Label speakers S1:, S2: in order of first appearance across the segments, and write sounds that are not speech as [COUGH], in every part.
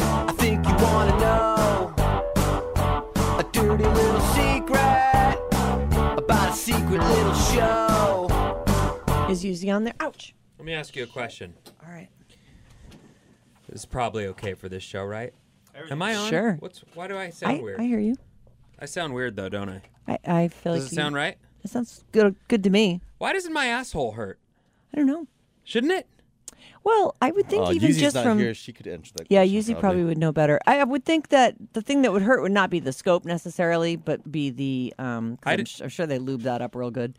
S1: I think you want to know. A dirty little secret about a secret little
S2: Oh,
S1: show.
S3: is usually on there. Ouch.
S4: Let me ask you a question.
S3: All right.
S4: This is probably okay for this show, right? Am I on?
S3: Sure.
S4: What's why do I sound
S3: I,
S4: weird?
S3: I hear you.
S4: I sound weird though, don't I?
S3: I, I feel
S4: Does
S3: like
S4: it
S3: you-
S4: sound right?
S3: That sounds good good to me.
S4: Why doesn't my asshole hurt?
S3: I don't know.
S4: Shouldn't it?
S3: Well, I would think
S2: Uh,
S3: even
S2: Yeezy's
S3: just
S2: not
S3: from
S2: here. She could answer that.
S3: yeah,
S2: question,
S3: Yuzi probably. would know better. I, I would think that the thing that would hurt would not be the scope necessarily, but be the um. 'cause
S4: I
S3: I'm,
S4: did-
S3: sh- I'm sure they lube that up real good,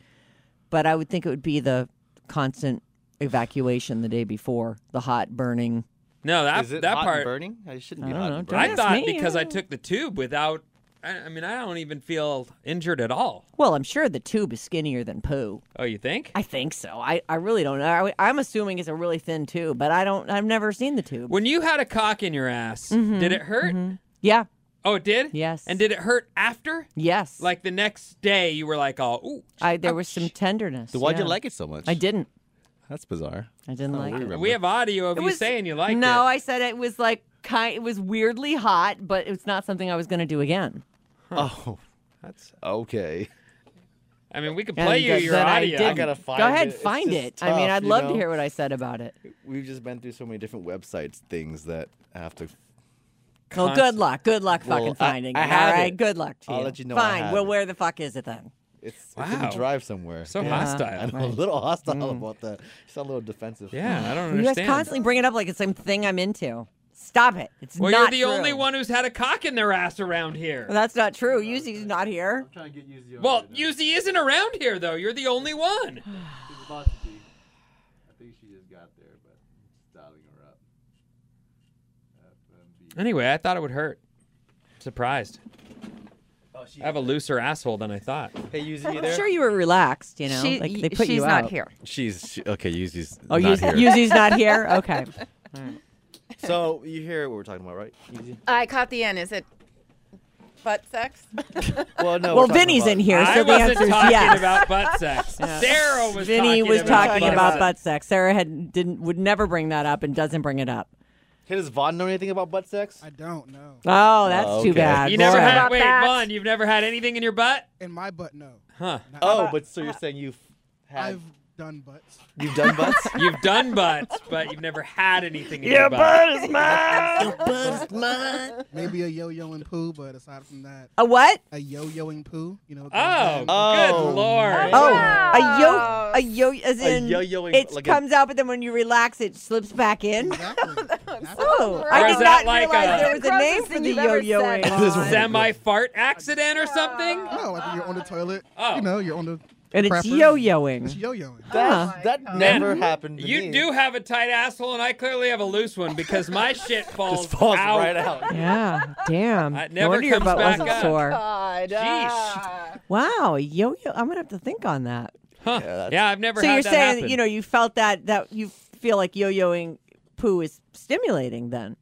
S3: but I would think it would be the constant evacuation the day before, the hot burning.
S4: No, that
S2: Is it
S4: that
S2: hot and
S4: part.
S2: burning? I shouldn't
S3: I
S2: be
S3: don't
S2: hot
S3: know.
S2: and
S3: Don't
S2: burning.
S4: I
S3: ask me,
S4: thought because
S3: I
S4: I
S3: don't-
S4: took the tube without. I, I mean, I don't even feel injured at all.
S3: Well, I'm sure the tube is skinnier than poo.
S4: Oh, you think?
S3: I think so. I, I really don't know. I, would- I'm assuming it's a really thin tube, but I don't. I've never seen the tube.
S4: when you had a cock in your ass, did it hurt?
S3: Yeah.
S4: Oh, it did.
S3: Mm-hmm. Yes.
S4: And did it hurt after?
S3: Yes.
S4: Like the next day, you were like, "Oh, ooh."
S3: I there was some tenderness.
S2: So why'd you
S3: yeah.
S2: like it Oh, so much?
S3: I didn't.
S2: That's bizarre.
S3: I didn't like it.
S4: We have audio of
S3: It
S4: you
S3: was-
S4: saying you liked
S3: no,
S4: it.
S3: I said it was like kind. It was weirdly hot, but it's not something I was going to do again.
S2: [LAUGHS] Oh,
S4: That's,
S2: okay.
S4: I mean, we could play
S3: And
S4: you
S3: th-
S4: your
S3: then I
S4: audio.
S3: didn't.
S2: I gotta find
S3: Go ahead,
S2: it. It's
S3: find
S2: just
S3: it. I mean,
S2: tough,
S3: I'd
S2: you
S3: love to
S2: know?
S3: hear what I said about it.
S2: We've just been through so many different websites, things that I have to.
S3: Well, good luck. Good luck
S2: Well,
S3: fucking
S2: I-
S3: finding
S2: I
S3: it.
S2: have
S3: All right,
S2: it.
S3: good luck to you.
S2: I'll let you know I
S3: Fine.
S2: have
S3: well,
S2: it.
S3: where the fuck is it then?
S2: It's, it's in
S4: Wow.
S2: the drive somewhere.
S4: so
S2: yeah.
S4: hostile.
S2: I'm a little hostile about that. You sound a little defensive.
S4: Yeah, I don't
S3: You
S4: understand.
S3: guys constantly bring it up like it's some thing I'm into. Stop it. It's
S4: well,
S3: not
S4: you're the
S3: true.
S4: only one who's had a cock in their ass around here.
S3: Well, that's not true. Yuzi's not here.
S4: Well, Yuzi isn't around here though. You're the
S3: [SIGHS]
S4: only one. Anyway, I thought it would hurt. Surprised.
S2: Oh,
S4: I have a looser asshole than I thought.
S2: Hey, Yuzi, you
S3: I'm
S2: there?
S3: sure you were relaxed. You know,
S5: She-
S3: like they put
S5: she's
S3: you
S5: not
S3: out.
S5: here.
S2: She's she, okay. Yuzi's
S3: Oh,
S2: not
S3: Yuz-
S2: here.
S3: Yuzi's not here. Okay.
S2: So you hear what we're talking about, right?
S3: Uh,
S2: Yuzi?
S6: I caught the end. Is it butt sex?
S2: Well, no. we're
S3: well,
S2: talking
S3: Vinny's
S2: about-
S3: in here, so
S4: I
S3: the
S4: wasn't
S3: answer is
S4: talking
S3: yes. [LAUGHS]
S4: about butt sex. Sarah was
S3: Vinny
S4: talking
S3: was
S4: about
S3: talking
S4: butt
S3: about
S4: sex.
S3: butt sex. Sarah had didn't would never bring that up and doesn't bring it up.
S2: Hey, does Vaughn know anything about butt sex?
S7: I don't know.
S3: Oh, that's
S2: Oh,
S3: too
S2: okay.
S3: bad.
S4: You never
S3: Laura.
S4: had
S6: About
S4: wait,
S6: that.
S4: Vaughn, you've never had anything in your butt?
S7: In my butt, no.
S4: Huh.
S2: oh, but so you're saying you've had
S7: I've done butts.
S2: you've done butts?
S4: You've done butts, but you've never had anything in your butt.
S2: is mine. Your butt is mine.
S7: Maybe a yo-yoing poo, but aside from that,
S3: a what?
S7: a yo-yoing poo, you know. goes
S4: Oh,
S7: down.
S2: Oh,
S4: good lord.
S3: Oh,
S6: Wow.
S3: a yo, a yo, as in
S2: yo-yoing,
S3: it
S2: like a-
S3: comes out, but then when you relax, it slips back in.
S4: [LAUGHS]
S7: [LAUGHS] Exactly. That's-
S3: Oh,
S6: Or
S3: I
S4: is
S3: did not
S4: that like
S3: realize
S4: a-
S3: there was a
S6: Grossest
S3: name for
S6: thing
S3: the
S6: you've ever
S3: yo-yoing.
S6: said.
S2: This is
S3: on.
S4: semi fart accident or something?
S7: No, like you're on the toilet.
S4: Oh.
S7: You know, you're on the.
S3: and it's Uh,
S7: crapper. It's
S3: yo-yoing.
S7: yo-yoing.
S3: Oh
S2: That, that never happened to
S4: You
S2: me. [LAUGHS]
S4: do have a tight asshole, and I clearly have a loose one because my shit falls,
S2: Just falls
S4: out.
S2: right
S4: [LAUGHS]
S2: out.
S3: Yeah, damn.
S4: It never
S3: no wonder your
S4: comes
S3: butt
S4: back
S3: wasn't
S4: up.
S3: sore.
S6: God. Ah.
S4: Jeez.
S3: Wow, a yo-yo. I'm gonna have to think on that.
S4: Huh. Yeah, I've never.
S3: so
S4: had
S3: you're
S4: that
S3: saying
S4: happen.
S3: you know you felt that that you feel like yo-yoing poo is stimulating then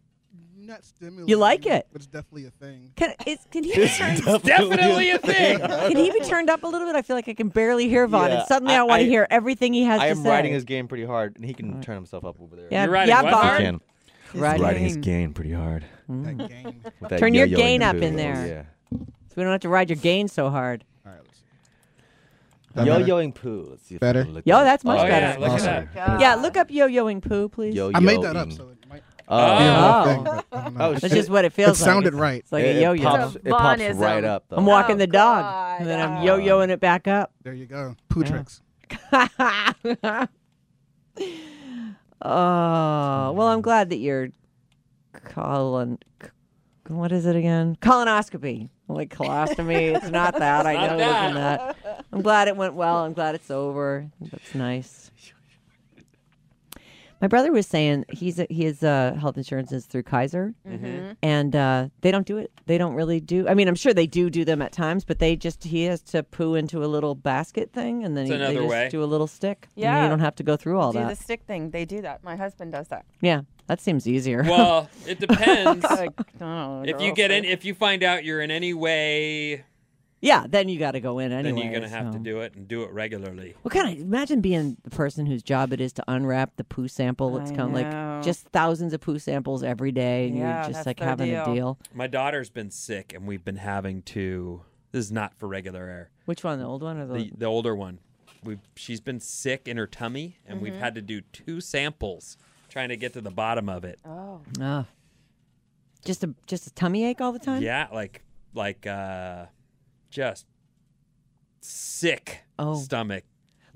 S7: Not stimulating.
S3: You like it?
S7: It's definitely a thing.
S3: can is, can he be turned,
S4: [LAUGHS] definitely a thing.
S2: [LAUGHS]
S3: can he be turned up a little bit i feel like i can barely hear vaughn
S2: Yeah,
S3: and suddenly i,
S2: I-
S3: want
S2: I-
S3: to hear everything he has
S2: I
S3: to
S2: am
S3: say
S2: riding his game pretty hard, and he can turn himself up over there.
S3: yeah,
S4: You're riding
S3: yeah
S4: what
S3: Vaughn.
S4: hard?
S2: Can.
S3: Right.
S2: Riding his game pretty hard.
S3: Mm. [LAUGHS]
S7: That game.
S2: With that
S3: Turn your
S2: yo-yoing
S3: gain up
S2: poo.
S3: in
S2: Oh,
S3: there. so we don't have to ride your gain so hard
S7: All right, let's see.
S2: Yeah.
S7: That better?
S2: Yo-yoing poo. Let's see if I
S7: Better?
S2: can look
S3: Yo,
S2: it up.
S3: that's much
S4: Oh, yeah,
S3: better.
S4: look at
S7: Awesome.
S4: that.
S6: God.
S3: yeah look up yo-yoing poo please
S2: Yo-yoing.
S7: I made that up, so it might
S2: Oh.
S4: Oh.
S7: be a thing, but I don't know.
S2: Oh,
S3: that's
S2: shit.
S3: just what it feels like
S7: sounded
S3: It's-
S7: right.
S3: it's like
S2: It-
S3: a
S2: it
S3: yo-yo
S2: pops- It pops
S6: Bonism.
S2: right up, though.
S3: i'm walking
S6: Oh,
S3: the dog
S6: God.
S3: and then i'm
S6: Oh.
S3: yo-yoing it back up
S7: There you go. Poo tricks.
S3: Oh, well, I'm glad that you're colon. c- What is it again? Colonoscopy. I'm like colostomy. it's
S4: [LAUGHS]
S3: not that. I
S4: not
S3: know it wasn't that. I'm glad it went well. I'm glad it's over. That's nice. My brother was saying he's a, his uh, health insurance is through Kaiser,
S4: Mm-hmm.
S3: and uh, they don't do it. They don't really do. I mean, I'm sure they do do them at times, but they just he has to poo into a little basket thing, and then
S4: It's
S3: he, they
S4: another
S3: just
S4: way.
S3: do a little stick. You know, you
S6: Yeah.
S3: don't have to go through all
S6: Do
S3: that.
S6: the stick thing. They do that. My husband does
S3: [LAUGHS]
S6: that.
S3: Yeah, that seems easier.
S4: Well,
S2: [LAUGHS]
S4: it depends.
S6: Like,
S5: oh,
S6: no,
S4: if you
S6: girl.
S4: get in, if you find out you're in any way,
S3: [LAUGHS] yeah, then you got to go in anyway.
S4: then you're gonna have to
S3: so.
S4: do it and do it regularly.
S3: What kind of imagine being the person whose job it is to unwrap the poo sample? It's
S6: I
S3: kind of
S6: know.
S3: like just thousands of poo samples every day, and
S6: Yeah,
S3: you're just
S6: that's
S3: like
S6: their
S3: having a
S6: deal.
S3: deal.
S4: My daughter's been sick, and we've been having to. This is not for regular air.
S3: Which one, the old one or the?
S4: The the older one, we she's been sick in her tummy, and
S3: Mm-hmm.
S4: we've had to do two samples trying to get to the bottom of it.
S6: Oh,
S3: Ugh. just a just a tummy ache all the time.
S4: Yeah, like like uh, just sick
S3: Oh.
S4: stomach.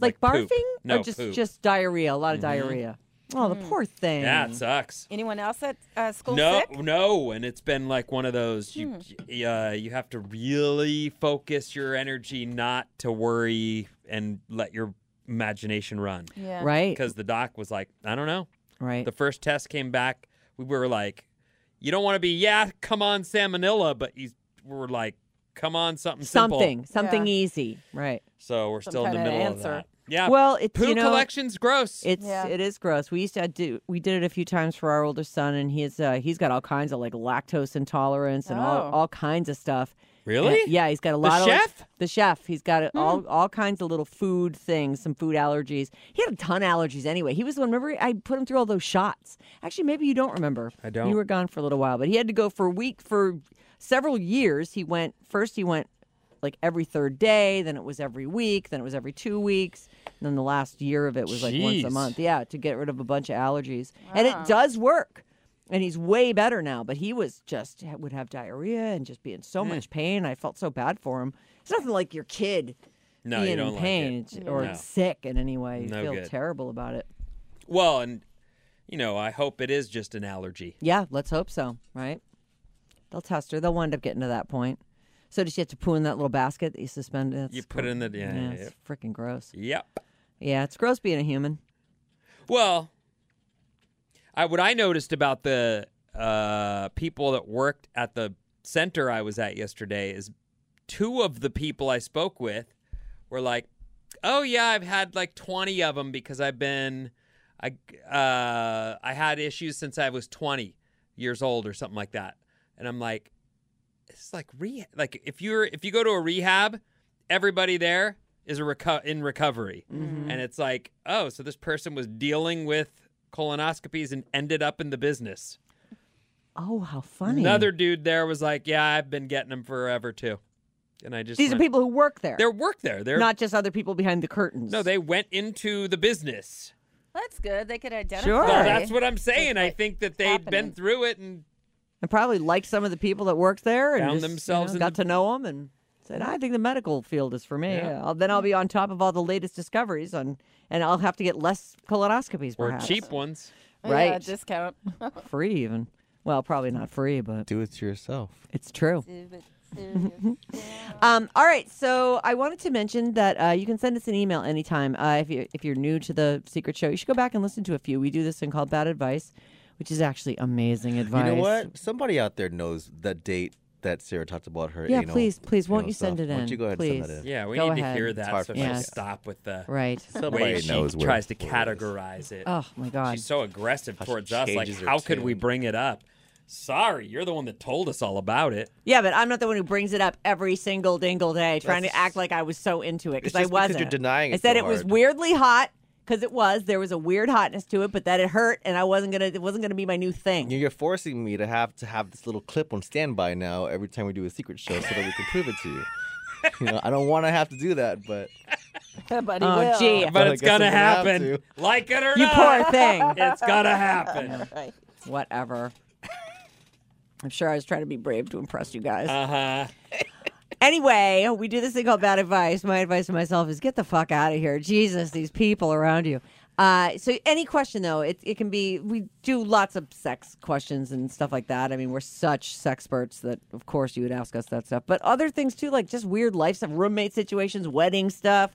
S3: like, barfing
S4: poop. No,
S3: or just
S4: poop. Mm-hmm.
S3: just diarrhea, a lot of diarrhea. Oh, the
S6: Mm.
S3: poor thing.
S4: yeah, it sucks.
S6: anyone else at uh, school
S4: No,
S6: sick?
S4: no, and it's been like one of those. You,
S3: Hmm.
S4: y- uh, you have to really focus your energy not to worry and let your imagination run.
S6: Yeah.
S3: right,
S4: Because the doc was like, I don't know.
S3: right.
S4: The first test came back. We were like, you don't want to be, yeah, come on, salmonella, but he's, we're like, come on, something
S3: something,
S4: simple.
S3: something
S6: Yeah.
S3: easy, right?
S4: So we're still
S6: Some
S4: in the
S6: kind of
S4: middle of
S6: answer.
S4: that. Yeah.
S3: Well, it's
S4: poo
S3: you know,
S4: collection's gross.
S3: It's
S6: Yeah.
S3: it is gross. We used to do we did it a few times for our older son, and he's uh, he's got all kinds of like lactose intolerance and all
S6: Oh.
S3: all kinds of stuff.
S4: really?
S3: And- yeah, he's got a lot of
S4: chef?
S3: the chef. He's got a- all
S6: Hmm.
S3: all kinds of little food things, some food allergies. He had a ton of allergies anyway. He was the one. Remember, I put him through all those shots. Actually, maybe you don't remember.
S4: I don't.
S3: You were gone for a little while, but he had to go for a week for several years. He went first. He went like every third day. Then it was every week. Then it was every two weeks. And then the last year of it was like once a
S4: Jeez.
S3: month. Yeah, to get rid of a bunch of allergies, and it does work. And he's way better now, but he was just would have diarrhea and just be in
S4: Eh.
S3: so much pain. I felt so bad for him. It's nothing like your kid
S4: No,
S3: being
S4: you don't
S3: in
S4: like
S3: pain
S4: it.
S3: it's- or
S4: No.
S3: sick in any way. You
S4: No
S3: feel
S4: good.
S3: terrible about it.
S4: Well, and, you know, I hope it is just an allergy.
S3: Yeah, let's hope so. Right? They'll test her. They'll wind up getting to that point. So does she have to poo in that little basket that you suspend? That's
S4: You put it in the, yeah,
S3: Yeah,
S4: yeah,
S3: it's freaking gross.
S4: yeah. yep.
S3: Yeah, it's gross being a human.
S4: Well, I what I noticed about the uh, people that worked at the center I was at yesterday is two of the people I spoke with were like, "Oh yeah, I've had like 20 of them because I've been I uh, I had issues since I was 20 years old or something like that." And I'm like, "This is like re like if you're if you go to a rehab, everybody there is a reco- in recovery."
S3: Mm-hmm.
S4: And it's like, "Oh, so this person was dealing with colonoscopies and ended up in the business."
S3: Oh, how funny!
S4: Another dude there was like, "Yeah, I've been getting them forever too." And I just
S3: These are
S4: went-
S3: people who work there,
S4: Their work there. They're
S3: not just other people behind the curtains.
S4: no, they went into the business.
S6: That's good. They could identify.
S3: Sure.
S4: Well,
S3: Right.
S5: Oh,
S4: that's what I'm saying. I think that they'd been
S6: happening.
S4: through it and
S3: and probably liked some of the people that worked there and
S4: Found
S3: just, you
S4: themselves
S3: know,
S4: in
S3: got
S4: the-
S3: to know them and said, "I think the medical field is for me."
S4: Yeah.
S3: Yeah, I'll, then I'll be on top of all the latest discoveries on, and I'll have to get less colonoscopies,
S4: or
S3: perhaps,
S4: cheap ones.
S6: Oh, Yeah,
S3: right?
S6: discount.
S3: free even. Well, probably not free, but
S2: Do it to yourself.
S3: it's true. [LAUGHS] Um, all right, so I wanted to mention that uh, you can send us an email anytime. Uh, if you if you're new to the Secret Show, you should go back and listen to a few. We do this thing called Bad Advice, which is actually amazing advice.
S2: You know what? Somebody out there knows the date that Sarah talked about her.
S3: Yeah,
S2: anal-
S3: please, please, won't
S2: anal
S3: you send
S2: stuff.
S3: it
S2: Why
S3: in,
S2: don't you go ahead and
S3: please?
S2: send that in?
S4: Yeah, we
S3: Go
S4: need
S3: ahead.
S4: to hear
S2: It's
S4: that
S2: hard
S4: so
S2: for
S4: she'll
S3: us.
S4: stop with the
S3: Right.
S2: Somebody
S4: way she
S2: knows where-
S4: tries to
S2: where it is.
S4: categorize it.
S3: [LAUGHS] Oh my God.
S4: She's so aggressive
S2: she
S4: towards us. Like,
S2: changes her
S4: how could we
S2: tune.
S4: bring it up? Sorry, you're the one that told us all about it.
S3: Yeah, but I'm not the one who brings it up every single dingle day, trying to
S2: That's-
S3: act like I was so into it because
S2: It's
S3: I
S2: just because you're
S3: wasn't.
S2: denying
S3: I
S2: it
S3: said
S2: so
S3: it was
S2: hard.
S3: weirdly hot because it was. There was a weird hotness to it, but that it hurt, and I wasn't gonna. It wasn't gonna be my new thing.
S2: You're forcing me to have to have this little clip on standby now every time we do a secret show so that we can prove it to you. You know, I don't want to have to do that, but
S6: Buddy
S3: Oh,
S6: will.
S3: gee.
S4: But
S2: I
S4: it's
S2: guess I'm gonna
S4: gonna
S2: have
S4: happen.
S2: to.
S4: Like it or
S3: You
S4: not,
S2: [LAUGHS]
S3: poor thing.
S4: it's gonna happen.
S3: Whatever. I'm sure I was trying to be brave to impress you guys.
S4: Uh huh.
S3: Anyway, we do this thing called bad advice. My advice to myself is get the fuck out of here. Jesus, these people around you. Uh, so any question though, it it can be. We do lots of sex questions and stuff like that. I mean, we're such sexperts that of course you would ask us that stuff. But other things too, like just weird life stuff, roommate situations, wedding stuff,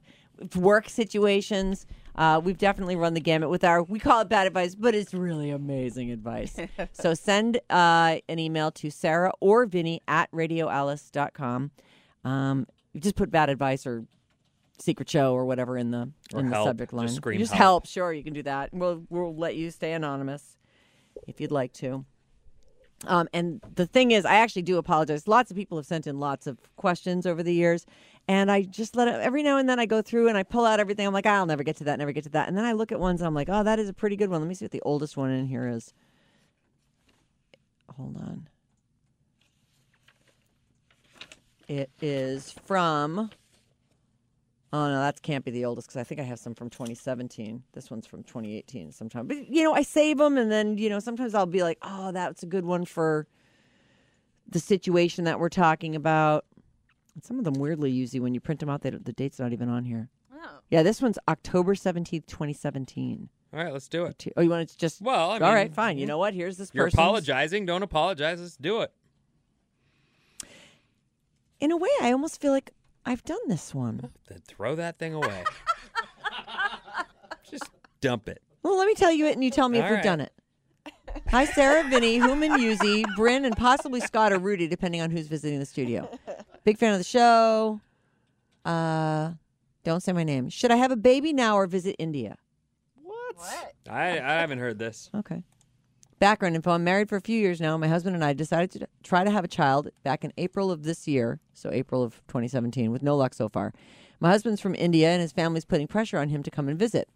S3: work situations. Uh, we've definitely run the gamut with our. We call it bad advice, but it's really amazing advice. so send uh, an email to Sarah or Vinny at radioalice.com. Um, you just put bad advice or secret show or whatever in the
S4: Or
S3: in the
S4: help.
S3: subject
S4: Just
S3: line.
S4: scream
S3: just
S4: help.
S3: help. Sure, you can do that. We'll we'll let you stay anonymous if you'd like to. Um, and the thing is, I actually do apologize. Lots of people have sent in lots of questions over the years, and I just let it, every now and then I go through and I pull out everything. I'm like, I'll never get to that, never get to that, and then I look at ones and I'm like, oh, that is a pretty good one. Let me see what the oldest one in here is. Hold on. It is from. Oh no, that can't be the oldest because I think I have some from 2017. This one's from 2018. Sometimes, but you know, I save them, and then you know, sometimes I'll be like, "Oh, that's a good one for the situation that we're talking about." And some of them weirdly use you when you print them out; they don't, the date's not even on here.
S6: Oh.
S3: Yeah, this one's October 17th, 2017.
S4: All right, let's do it.
S3: Two- Oh, you want to just?
S4: Well, I mean,
S3: all right, fine. You know what? Here's this
S4: You're
S3: person.
S4: apologizing. Don't apologize. Let's do it.
S3: In a way, I almost feel like I've done this one.
S4: Then throw that
S2: [LAUGHS]
S4: thing away. Just dump it.
S3: Well, let me tell you it, and you tell me if
S4: All
S3: we've
S4: right.
S3: done it. Hi, Sarah, Vinny, Human, Yuzi, Bryn, and possibly Scott or Rudy, depending on who's visiting the studio. Big fan of the show. Uh, don't say my name. Should I have a baby now or visit India?
S4: I, I haven't heard this.
S3: Okay. Background info. I'm married for a few years now. My husband and I decided to try to have a child back in April of this year, so April of 2017, with no luck so far. My husband's from India, and his family's putting pressure on him to come and visit.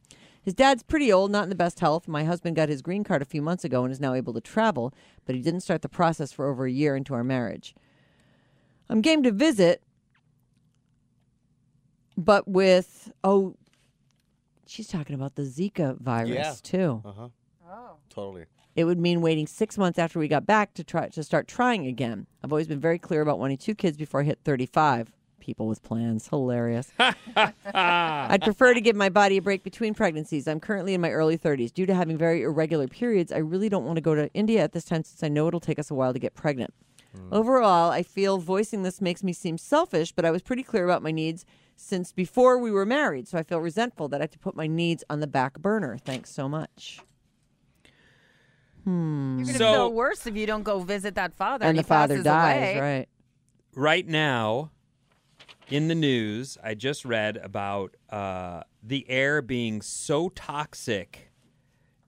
S3: His dad's pretty old, not in the best health. My husband got his green card a few months ago and is now able to travel, but he didn't start the process for over a year into our marriage. I'm game to visit, but with, oh, she's talking about the Zika virus,
S2: Yeah.
S3: too.
S2: Uh huh. Totally.
S3: It would mean waiting six months after we got back to try to start trying again. I've always been very clear about wanting two kids before I hit 35. People with plans, hilarious. I'd prefer to give my body a break between pregnancies. I'm currently in my early 30s. Due to having very irregular periods, I really don't want to go to India at this time since I know it'll take us a while to get pregnant. Overall, I feel voicing this makes me seem selfish, but I was pretty clear about my needs since before we were married, so I feel resentful that I have to put my needs on the back burner. Thanks so much.
S6: You're gonna
S4: So-
S6: feel worse if you don't go visit that father.
S3: and
S6: he
S3: the father
S6: passes
S3: dies,
S6: away.
S3: right?
S4: Right now, in the news, I just read about uh, the air being so toxic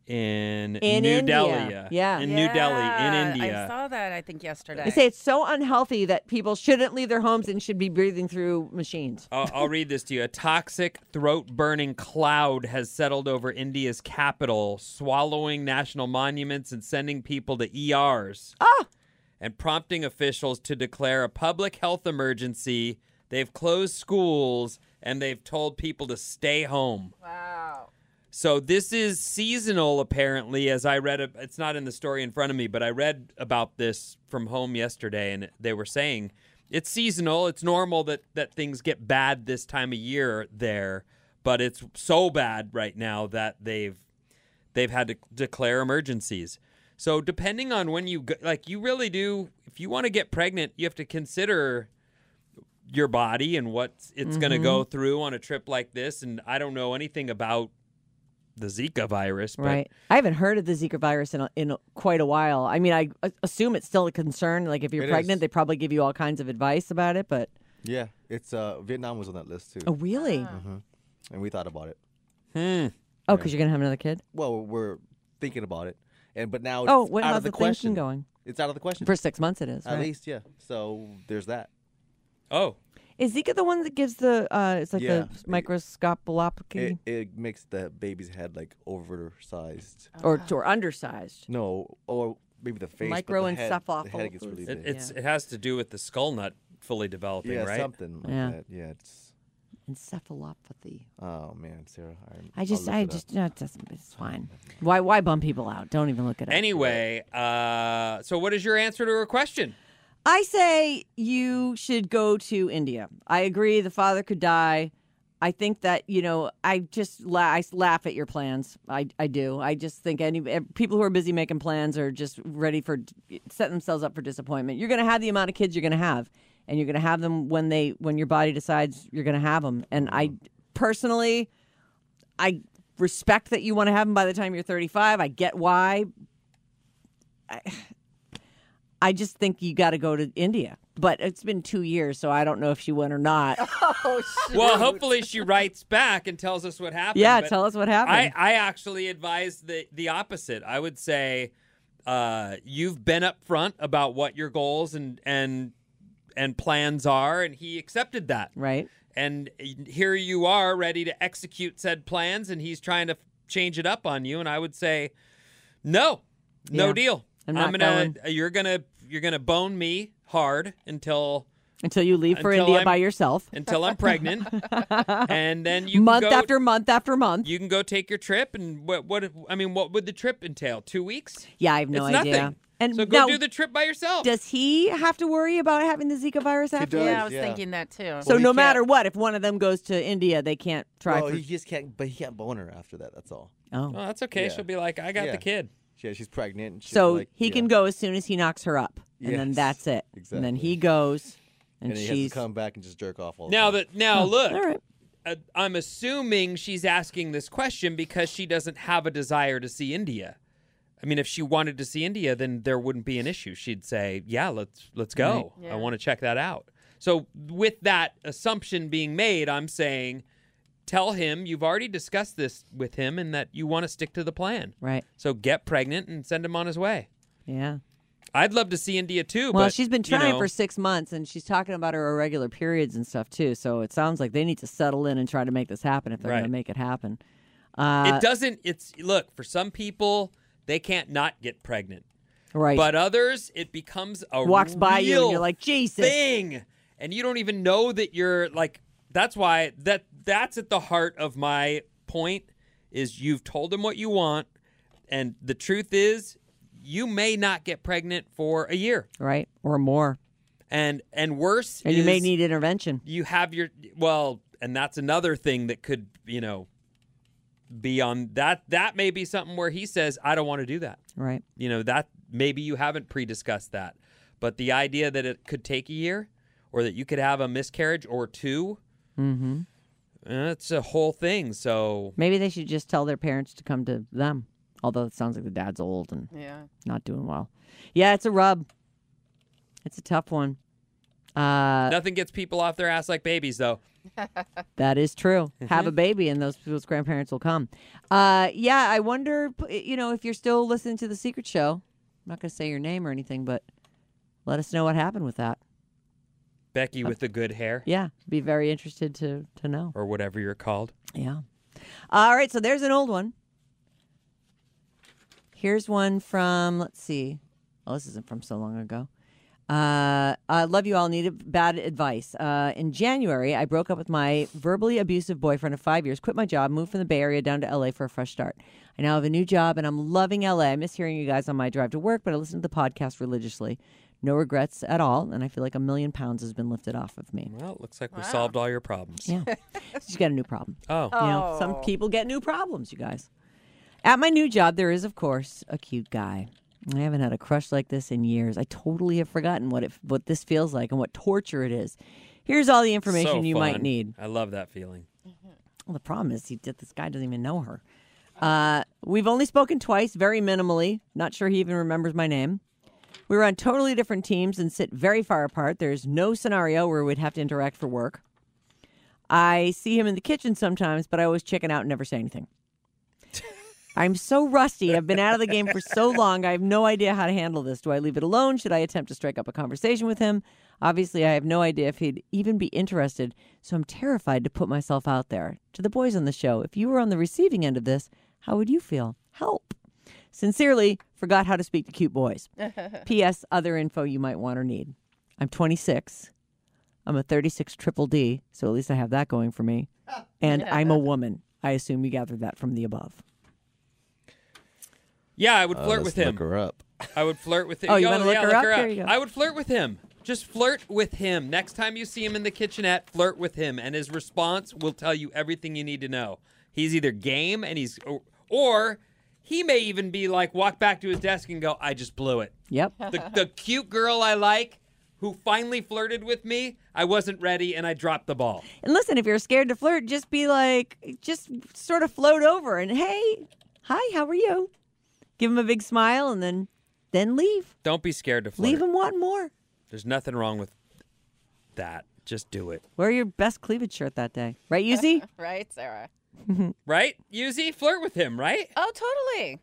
S4: in,
S3: In
S4: New
S3: India.
S4: Delhi.
S3: Yeah.
S4: In New Delhi, in
S6: Yeah,
S4: India.
S6: I saw that. I think yesterday.
S3: They say it's so unhealthy that people shouldn't leave their homes and should be breathing through machines.
S4: I'll, I'll read this to you. A toxic, throat burning cloud has settled over India's capital, swallowing national monuments and sending people to ERs. And prompting officials to declare a public health emergency. They've closed schools and they've told people to stay home.
S6: wow.
S4: So this is seasonal, apparently. As I read, it- it's not in the story in front of me, but I read about this from home yesterday, and they were saying it's seasonal. It's normal that that things get bad this time of year there, but it's so bad right now that they've they've had to declare emergencies. So depending on when you go, like, you really do. If you want to get pregnant, you have to consider your body and what it's going to go
S3: Mm-hmm.
S4: through on a trip like this. And I don't know anything about the Zika virus, but
S3: Right. I haven't heard of the Zika virus in a, in a, quite a while. I mean, I a- assume it's still a concern. Like if you're
S2: It
S3: pregnant,
S2: is.
S3: they probably give you all kinds of advice about it. But
S2: Yeah. It's uh Vietnam was on that list too,
S3: oh, really?
S2: Mm-hmm. and we thought about it.
S4: Hmm.
S3: Oh, because you're gonna have another kid.
S2: Well, we're thinking about it, and but now it's
S3: Oh, what,
S2: out
S3: how's
S2: of the,
S3: the
S2: question.
S3: thinking going?
S2: It's out of the question.
S3: For six months, it is.
S2: At
S3: right?
S2: least, yeah. So there's that.
S4: oh,
S3: Is Zika the one that gives the? Uh, it's like
S2: Yeah.
S3: the microscopolopathy
S2: It, it makes the baby's head like oversized.
S3: or or undersized.
S2: No, or maybe the face. but the head- The head gets really big.
S3: Microencephalopathy.
S4: it, it's it has to do with the skull nut fully developing,
S2: yeah,
S4: right? [LAUGHS]
S2: something like
S3: Yeah.
S2: that. Yeah, it's.
S3: Encephalopathy.
S2: Oh man, Sarah. I'm,
S3: I just,
S2: I'll look
S3: I
S2: it up.
S3: just, no, it doesn't. It's fine. Why, why bum people out? Don't even look at it.
S4: Anyway, uh, so what is your answer to her question?
S3: I say you should go to India. I agree. The father could die. I think that you know. I just la- I laugh at your plans. I, I do. I just think any eh, people who are busy making plans are just ready for set themselves up for disappointment. You're going to have the amount of kids you're going to have, and you're going to have them when they when your body decides you're going to have them. And I personally, I respect that you want to have them by the time you're 35. I get why. I, I just think you got to go to India. But it's been two years, so I don't know if she went or
S4: [LAUGHS]
S3: not.
S6: Oh, shoot.
S4: Well, hopefully she writes back and tells us what happened.
S3: yeah,
S4: but
S3: tell us what happened.
S4: I, I actually advise the, the opposite. I would say uh, you've been upfront about what your goals and, and and plans are, and he accepted that.
S3: right?
S4: And here you are ready to execute said plans, and he's trying to change it up on you. And I would say, no, no
S3: Yeah.
S4: deal.
S3: I'm not
S4: gonna you're gonna you're gonna bone me hard until
S3: Until you leave for
S4: Until
S3: India
S4: I'm-
S3: by yourself,
S4: until
S3: [LAUGHS]
S4: I'm pregnant, and then you can
S3: month
S4: go-
S3: after month after month.
S4: you can go take your trip. And what what I mean, what would the trip entail? Two weeks?
S3: yeah, I have no
S4: it's
S3: idea.
S4: nothing.
S3: And
S4: so go
S3: now,
S4: do the trip by yourself.
S3: does he have to worry about having the Zika virus after?
S2: does.
S6: yeah, I was
S2: Yeah.
S6: thinking that too.
S3: So
S2: Well, he
S3: no
S2: can't-
S3: matter what, if one of them goes to India, they can't try
S2: Well,
S3: for.
S2: he just can't. But he can't bone her after that. That's all.
S3: oh,
S4: well, that's okay.
S2: Yeah.
S4: She'll be like, I got
S2: Yeah.
S4: the kid.
S2: Yeah, she's pregnant. And she's
S3: so
S2: like,
S3: he
S2: yeah.
S3: can go as soon as he knocks her up, and then
S2: Yes,
S3: that's it. And then
S2: exactly.
S3: he goes, and,
S2: And he has
S3: she's
S2: to come back and just jerk off all the
S4: Now
S2: time.
S4: that now look,
S3: Oh, all right.
S4: uh, I'm assuming she's asking this question because she doesn't have a desire to see India. I mean, if she wanted to see India, then there wouldn't be an issue. She'd say, "Yeah, let's let's go.
S6: Right. Yeah.
S4: I want to check that out." So, with that assumption being made, I'm saying, tell him you've already discussed this with him and that you want to stick to the plan.
S3: Right.
S4: So get pregnant and send him on his way.
S3: Yeah.
S4: I'd love to see India too.
S3: Well,
S4: but,
S3: she's been
S4: you
S3: trying
S4: know,
S3: for six months, and she's talking about her irregular periods and stuff too. So it sounds like they need to settle in and try to make this happen if they're going
S4: Right.
S3: to make it happen. Uh,
S4: it doesn't. It's look for some people they can't not get pregnant.
S3: right.
S4: But others, it becomes a
S3: Walks by you, and
S4: real
S3: you're like, Jesus.
S4: thing, and you don't even know that you're like. That's why that that's at the heart of my point is you've told them what you want, and the truth is you may not get pregnant for a year,
S3: Right. Or more.
S4: and and worse,
S3: And you may
S4: is
S3: need intervention.
S4: you have your well, and that's another thing that could you know be on that that may be something where he says I don't want to do that
S3: Right.
S4: you know that maybe you haven't pre-discussed that but the idea that it could take a year or that you could have a miscarriage or 2 mm-hmm. it's a whole thing so
S3: Maybe they should just tell their parents to come to them. Although it sounds like the dad's old and
S6: yeah.
S3: not doing well. Yeah, it's a rub. It's a tough one. Uh,
S4: nothing gets people off their ass like babies though
S3: That is true. Have a baby, and those people's grandparents will come. Uh, yeah, I wonder, p- you know, if you're still listening to the Secret Show. I'm not going to say your name or anything, but let us know what happened with that.
S4: becky with the good hair
S3: uh, Yeah, be very interested to to know.
S4: or whatever you're called
S3: Yeah. All right, so there's an old one. Here's one from, let's see. Oh, this isn't from so long ago. Uh, I love you all. Need a- bad advice. Uh, in January, I broke up with my verbally abusive boyfriend of five years, quit my job, moved from the Bay Area down to LA for a fresh start. I now have a new job and I'm loving LA. I miss hearing you guys on my drive to work, but I listen to the podcast religiously. No regrets at all, and I feel like a million pounds has been lifted off of
S4: [LAUGHS]
S3: me.
S4: well it looks like we solved all your problems
S3: Yeah. She's got a new problem.
S4: oh
S3: You know, some people get new problems, you guys. At my new job, there is, of course, a cute guy. I haven't had a crush like this in years. I totally have forgotten what it, what this feels like and what torture it is. Here's all the information
S4: so
S3: you might
S4: fun.
S3: need.
S4: i love that feeling
S3: Well, the problem is, he did, this guy doesn't even know her. Uh, we've only spoken twice, very minimally. Not sure he even remembers my name. We were on totally different teams and sit very far apart. There's no scenario where we'd have to interact for work. I see him in the kitchen sometimes, but I always chicken out and never say anything. I'm so rusty. I've been out of the game for so long. I have no idea how to handle this. Do I leave it alone? Should I attempt to strike up a conversation with him? Obviously, I have no idea if he'd even be interested, so I'm terrified to put myself out there. To the boys on the show, if you were on the receiving end of this, how would you feel? Help. Sincerely, forgot how to speak to cute boys. P.S. Other info you might want or need. I'm 26. I'm a 36 triple D, so at least I have that going for me. And I'm a woman. I assume you gathered that from the above.
S4: yeah i would
S2: Uh,
S4: flirt
S2: let's
S4: with him
S2: Uh, Look her up.
S4: i would flirt with him
S3: Oh, you
S4: Yo,
S3: wanna look
S4: yeah,
S3: her
S4: look
S3: up?
S4: her
S3: Here you go.
S4: i would flirt with him Just flirt with him. Next time you see him in the kitchenette, flirt with him, and his response will tell you everything you need to know. He's either game and he's, or, or he may even be like, walk back to his desk and go, I just blew it.
S3: Yep. [LAUGHS]
S4: The, the cute girl I like who finally flirted with me, I wasn't ready and I dropped the ball.
S3: And listen, if you're scared to flirt, just be like, just sort of float over and hey, hi, how are you? Give him a big smile and then, then leave.
S4: Don't be scared to flirt.
S3: Leave him wanting more.
S4: There's nothing wrong with that. Just do it.
S3: Wear your best cleavage shirt that day, right,
S6: [LAUGHS]
S3: Yuzi?
S6: Right, Sarah?
S4: Right? Yuzi, flirt with him, right?
S6: Oh, totally.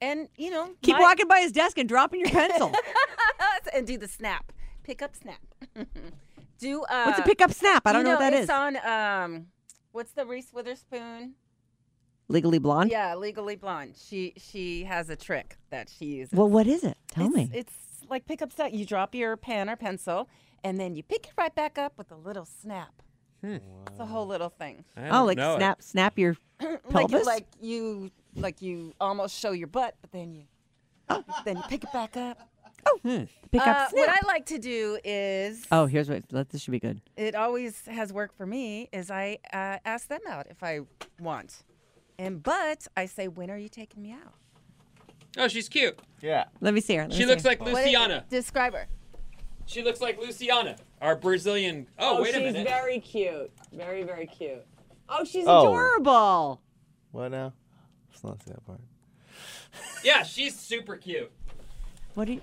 S6: And you know,
S3: Keep
S6: my-
S3: walking by his desk and dropping
S6: [LAUGHS]
S3: your pencil.
S6: and do the snap, pick up snap. [LAUGHS] do uh,
S3: What's a pickup snap? I don't
S6: you
S3: know, what that
S6: it's
S3: is.
S6: on um, what's the Reese Witherspoon?
S3: Legally blonde.
S6: Yeah, Legally Blonde. She she has a trick that she uses.
S3: Well, what is it? Tell
S6: it's,
S3: me.
S6: It's like pick up snap. You drop your pen or pencil, and then you pick it right back up with a little snap.
S3: Hmm.
S6: It's a whole little thing.
S3: oh,
S4: I don't
S3: like
S4: know it.
S3: snap, snap your
S6: [CLEARS THROAT] Like,
S3: pelvis.
S6: like you like you almost show your butt, but then you
S3: [GASPS]
S6: then you pick it back up.
S3: Oh, pickup
S6: Uh,
S3: snap.
S6: what I like to do is
S3: oh, here's what. Let, this should be good.
S6: it always has worked for me is I uh, ask them out if I want, and but I say when are you taking me out?
S4: Oh, she's cute.
S2: Yeah.
S3: Let me see her. Let me
S4: She
S3: see
S4: looks
S3: her.
S4: like
S6: What is-
S4: Luciana.
S6: describe her.
S4: She looks like Luciana, our Brazilian. Oh, wait a
S8: she's
S4: minute.
S8: very cute. Very, very cute. Oh, she's
S2: Oh.
S3: adorable.
S2: What now? Let's not say that part.
S4: Yeah, she's super cute.
S3: What are you?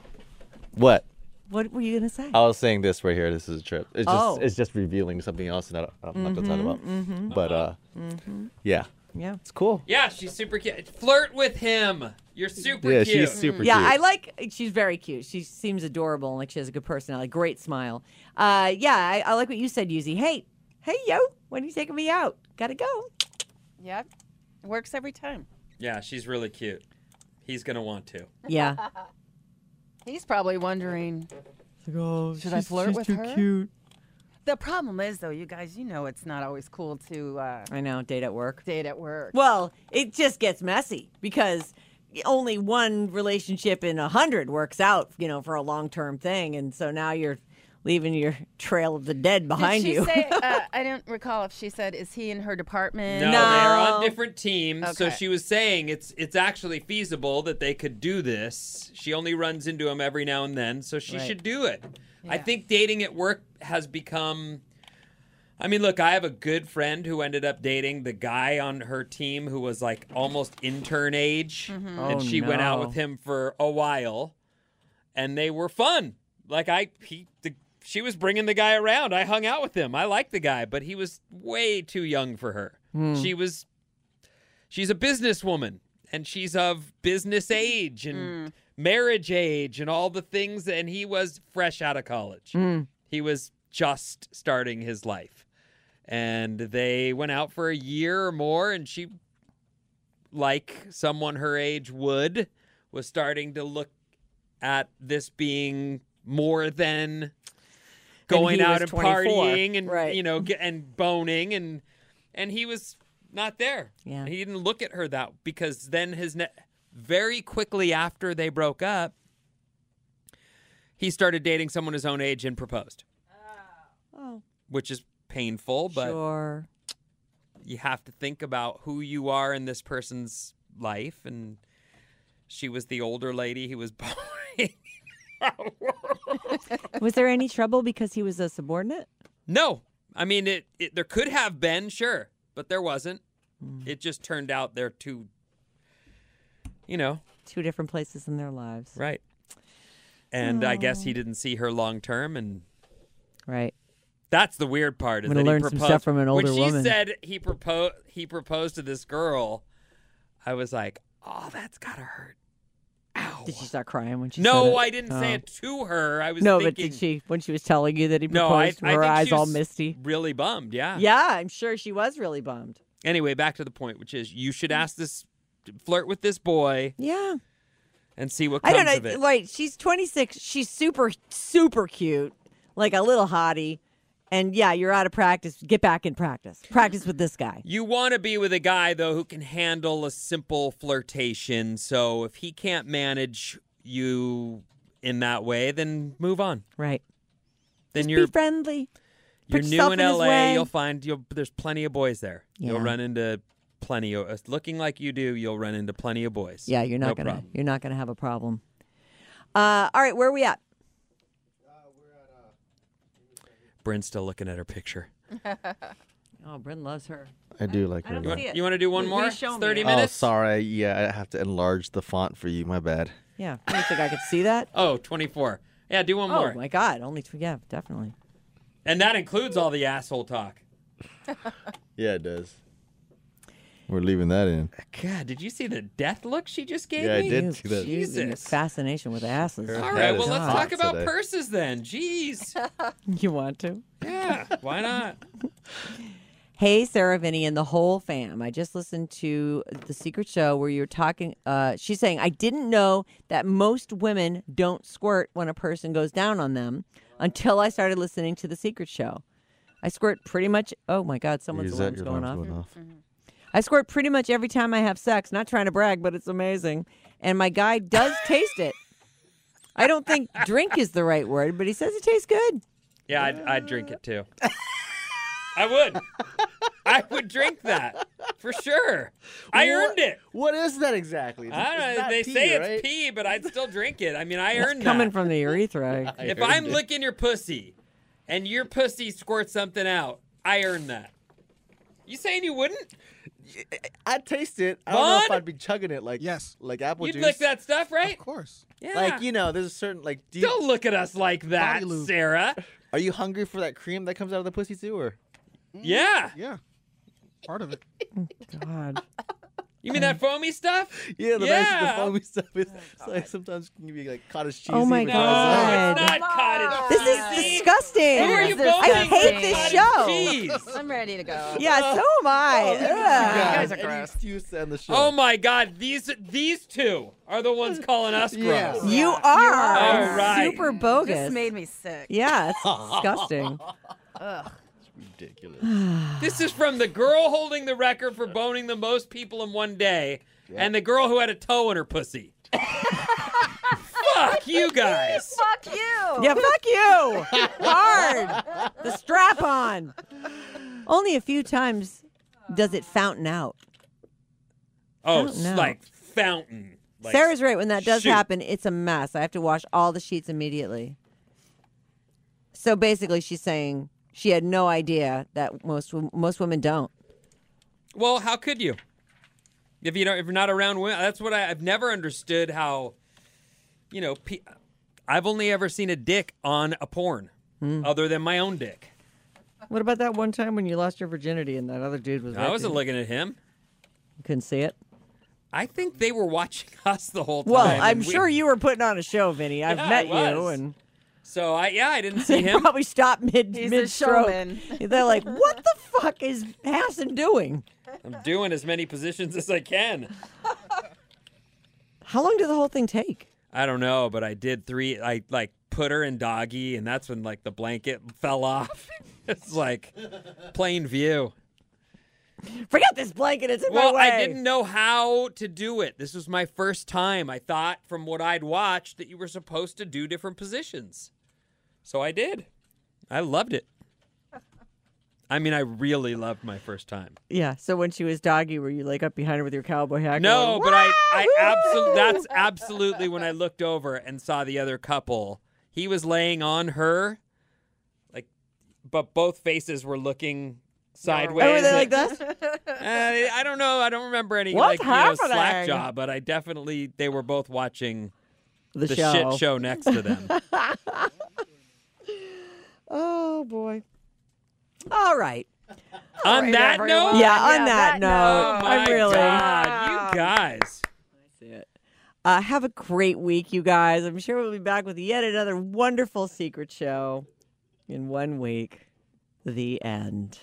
S2: What?
S3: What were you gonna say?
S6: Oh.
S2: I was saying this right here. This is a trip. It's just
S3: Oh. Mm-hmm,
S2: it's just revealing something else that I- I'm not going to talk about. But uh, yeah,
S3: yeah.
S2: it's cool.
S4: Yeah, she's super cute. Flirt with him. You're super
S2: yeah,
S4: cute.
S2: she's super
S3: Yeah,
S2: cute.
S3: I like. She's very cute. She seems adorable and like she has a good personality, great smile. Uh, yeah, I, I like what you said, Yuzi. Hey, hey, yo, when are you taking me out? Gotta go.
S6: Yep, works every time.
S4: yeah, she's really cute. He's gonna want to.
S3: Yeah.
S6: He's probably wondering.
S3: Should
S6: I [LAUGHS] she's- flirt she's with too her?
S3: cute.
S6: The problem is though, you guys, you know, it's not always cool to uh,
S3: I know. Date at work.
S6: date at work.
S3: Well, it just gets messy because only one relationship in a hundred works out, you know, for a long term thing, and so now you're leaving your [LAUGHS] trail of the dead behind
S6: Did she
S3: you. [LAUGHS]
S6: say? Uh, I don't recall if she said, "Is he in her department?"
S4: No,
S3: No.
S4: they're on different teams. So
S6: Okay.
S4: she was saying it's it's actually feasible that they could do this. She only runs into him every now and then, so she
S3: Right.
S4: should do it. I
S6: Yeah.
S4: think dating at work has become I mean, look, I have a good friend who ended up dating the guy on her team who was like almost intern age and
S3: Oh,
S4: she went out
S3: no.
S4: with him for a while and they were fun. Like I he the, she was bringing the guy around. I hung out with him. I liked the guy, but he was way too young for her.
S3: Hmm.
S4: She was she's a businesswoman and she's of business age and
S3: Mm.
S4: marriage age and all the things and he was fresh out of college.
S3: Mm.
S4: He was just starting his life. And they went out for a year or more and she like someone her age would was starting to look at this being more than going
S3: he
S4: out and
S3: was 24,
S4: partying and
S3: right.
S4: you know ge- and boning and and he was not there.
S3: Yeah.
S4: He didn't look at her that because then his ne- very quickly after they broke up he started dating someone his own age and proposed,
S3: oh,
S4: which is painful, but
S3: sure.
S4: you have to think about who you are in this person's life and she was the older lady he was [LAUGHS] boring.
S3: Was there any trouble because he was a subordinate?
S4: no. I mean it, it there could have been, sure, but there wasn't.
S3: Mm.
S4: It just turned out they're two you know,
S3: Two different places in their lives.
S4: right. And I guess he didn't see her long term and
S3: Right.
S4: That's the weird part. Is
S3: I'm gonna
S4: that he
S3: learn some
S4: proposed.
S3: stuff from an older
S4: when she
S3: woman.
S4: said he proposed, he proposed to this girl. I was like, oh, that's gotta hurt. Ow.
S3: Did she start crying when she said
S4: no,
S3: it?
S4: I didn't say
S3: Oh.
S4: it to her. I was
S3: No, but
S4: thinking,
S3: did she when she was telling you that he
S4: No, I,
S3: proposed?
S4: I
S3: were her
S4: think
S3: eyes
S4: she
S3: all
S4: was
S3: misty.
S4: Really bummed. Yeah.
S3: Yeah, I'm sure she was really bummed.
S4: Anyway, back to the point, which is you should ask this, flirt with this boy,
S3: Yeah.
S4: and see what
S3: I
S4: comes
S3: don't
S4: of
S3: know.
S4: it.
S3: Right. She's 26. She's super, super cute, like a little hottie. And yeah, you're out of practice. Get back in practice. Practice with this guy.
S4: You want to be with a guy though who can handle a simple flirtation. So if he can't manage you in that way, then move on.
S3: Right.
S4: Then
S3: Just
S4: you're
S3: be friendly.
S4: you're
S3: put
S4: new
S3: yourself
S4: in
S3: in his
S4: LA.
S3: way.
S4: You'll find you'll there's plenty of boys there. You'll
S3: Yeah.
S4: run into plenty of looking like you do. You'll run into plenty of boys.
S3: Yeah, you're not
S4: No
S3: gonna
S4: problem.
S3: you're not gonna have a problem. Uh, all right, where are we at?
S4: Bryn's still looking at her picture.
S3: Oh, Bryn loves her.
S2: I do like
S3: I
S2: her.
S3: don't
S2: a lot.
S3: see it.
S4: You want to do one
S3: Will
S4: more?
S3: you
S4: It's
S3: show me
S4: Thirty
S3: it?
S2: Oh,
S4: minutes.
S2: sorry. Yeah, I have to enlarge the font for you. My bad.
S3: Yeah, you think I could see [LAUGHS] that?
S4: Oh, 24. Yeah, do one
S3: Oh
S4: more.
S3: my God! Only tw- yeah, definitely.
S4: And that includes all the asshole talk.
S2: Yeah, it does. We're leaving that in.
S4: God, did you see the death look she just gave
S2: Yeah, I
S4: me?
S2: did.
S3: You,
S2: see that.
S3: you- your
S4: Jesus.
S3: fascination with asses.
S4: All
S2: That
S4: right,
S2: is
S4: well, let's
S2: hot
S4: talk about
S2: today.
S4: purses then. Jeez.
S2: [LAUGHS]
S3: [LAUGHS] You want to?
S4: Yeah, why not?
S3: Hey, Sarah Vinny and the whole fam. I just listened to The Secret Show where you're talking. Uh, she's saying, I didn't know that most women don't squirt when a person goes down on them until I started listening to The Secret Show. I squirt pretty much. Oh my God, someone's
S2: Is that
S3: alarm's
S2: your
S3: going
S2: alarm's
S3: off.
S2: going off?
S3: I squirt pretty much every time I have sex. Not trying to brag, but it's amazing. And my guy does taste it. I don't think drink is the right word, but he says it tastes good.
S4: Yeah, I'd, I'd drink it too. [LAUGHS] I would. I would drink that for sure. I
S2: What-
S4: earned it.
S2: What is that exactly? It's-
S4: I
S2: it's
S4: don't know.
S2: not
S4: They
S2: pee,
S4: say
S2: right?
S4: it's pee, but I'd still drink it. I mean, I earned
S3: It's coming
S4: that.
S3: from the urethra.
S2: I
S4: if
S2: earned
S4: I'm
S2: it.
S4: licking your pussy and your pussy squirts something out, I earned that. You saying you wouldn't?
S2: I'd taste it. I don't know if
S4: Bud?
S2: I'd be chugging it like
S7: Yes.
S2: like apple
S4: You'd
S2: juice.
S4: lick that stuff, right?
S7: Of course.
S4: Yeah.
S2: Like you know, there's a certain like. Do you,
S4: Don't look at us like that,
S7: Body lube.
S4: Sarah.
S2: are you hungry for that cream that comes out of the pussy too, or Mm.
S4: Yeah.
S7: Yeah. Part of it.
S3: God.
S4: You mean that foamy stuff?
S2: yeah, the
S4: Yeah.
S2: nice, the foamy stuff
S6: Oh
S2: is it's like sometimes it can be like cottage cheese.
S3: Oh my
S4: No,
S3: God.
S4: it's not cottage
S3: This
S4: cheese.
S3: is disgusting.
S4: Who are
S5: It
S4: you
S5: is
S4: voting
S3: I hate
S4: for
S3: this
S4: cottage
S3: show.
S4: cheese?
S5: I'm ready to go.
S3: Yeah, so am I. Ugh.
S2: God,
S6: guys are
S2: any
S6: gross.
S2: excuse to end the show.
S4: Oh my God! These these two are the ones calling us gross.
S2: Yeah.
S3: You are,
S4: are. All right.
S3: super
S6: This
S3: bogus.
S6: made me sick.
S3: yeah, [LAUGHS] it's disgusting.
S2: ridiculous.
S4: This is from the girl holding the record for boning the most people in one day, and the girl who had a toe in her pussy.
S3: [LAUGHS]
S4: Fuck you guys!
S5: Fuck you.
S3: yeah, fuck you. Hard. The strap on. Only a few times does it fountain out.
S4: Oh,
S3: don't
S4: s-
S3: know.
S4: Oh, like fountain. Like,
S3: Sarah's right. When that does
S4: shoot.
S3: happen, it's a mess. I have to wash all the sheets immediately. So basically, she's saying she had no idea that most wo- most women don't.
S4: Well, how could you? If you don't, if you're not around women, that's what I, I've never understood. How, you know, pe- I've only ever seen a dick on a porn,
S3: Hmm.
S4: other than my own dick.
S3: What about that one time when you lost your virginity and that other dude was?
S4: I wasn't looking at him.
S3: Couldn't see it.
S4: I think they were watching [LAUGHS] us the whole time.
S3: Well,
S4: and
S3: I'm
S4: we-
S3: sure you were putting on a show, Vinny. I've
S4: Yeah, I
S3: met you,
S4: was.
S3: and
S4: So I yeah, I
S3: [LAUGHS]
S4: didn't see
S3: they
S4: him.
S3: probably stopped mid
S6: He's a
S3: mid stroke.
S6: showman.
S3: [LAUGHS] They're like, "What the fuck is Hassan doing?
S4: I'm doing as many positions as I can.
S3: How long did the whole thing take?"
S4: I don't know, but I did three. I like put her in doggy, and that's when like the blanket fell off. [LAUGHS] it's like plain view.
S3: Forget this blanket; it's in
S4: [LAUGHS] Well,
S3: my way.
S4: I didn't know how to do it. This was my first time. I thought from what I'd watched that you were supposed to do different positions. So I did. I loved it. I mean, I really loved my first time.
S3: Yeah. So when she was doggy, were you like up behind her with your cowboy hat?
S4: No,
S3: going,
S4: but I,
S3: "Wah,
S4: I
S3: woo!"
S4: absolutely, that's absolutely when I looked over and saw the other couple. He was laying on her, like, but both faces were looking sideways.
S3: Oh, were they like this?
S4: Uh, I don't know. I don't remember any
S3: What's
S4: like you know, slack
S3: happening?
S4: job, but I definitely they were both watching
S3: The,
S4: [LAUGHS] the
S3: show.
S4: shit show next to them.
S3: Oh boy. All right.
S4: on that note,
S3: Yeah. On
S6: Yeah, that
S3: that, note,
S4: oh my
S3: I'm really.
S4: God, you guys.
S3: Uh, have a great week, you guys. I'm sure we'll be back with yet another wonderful secret show in one week. The end.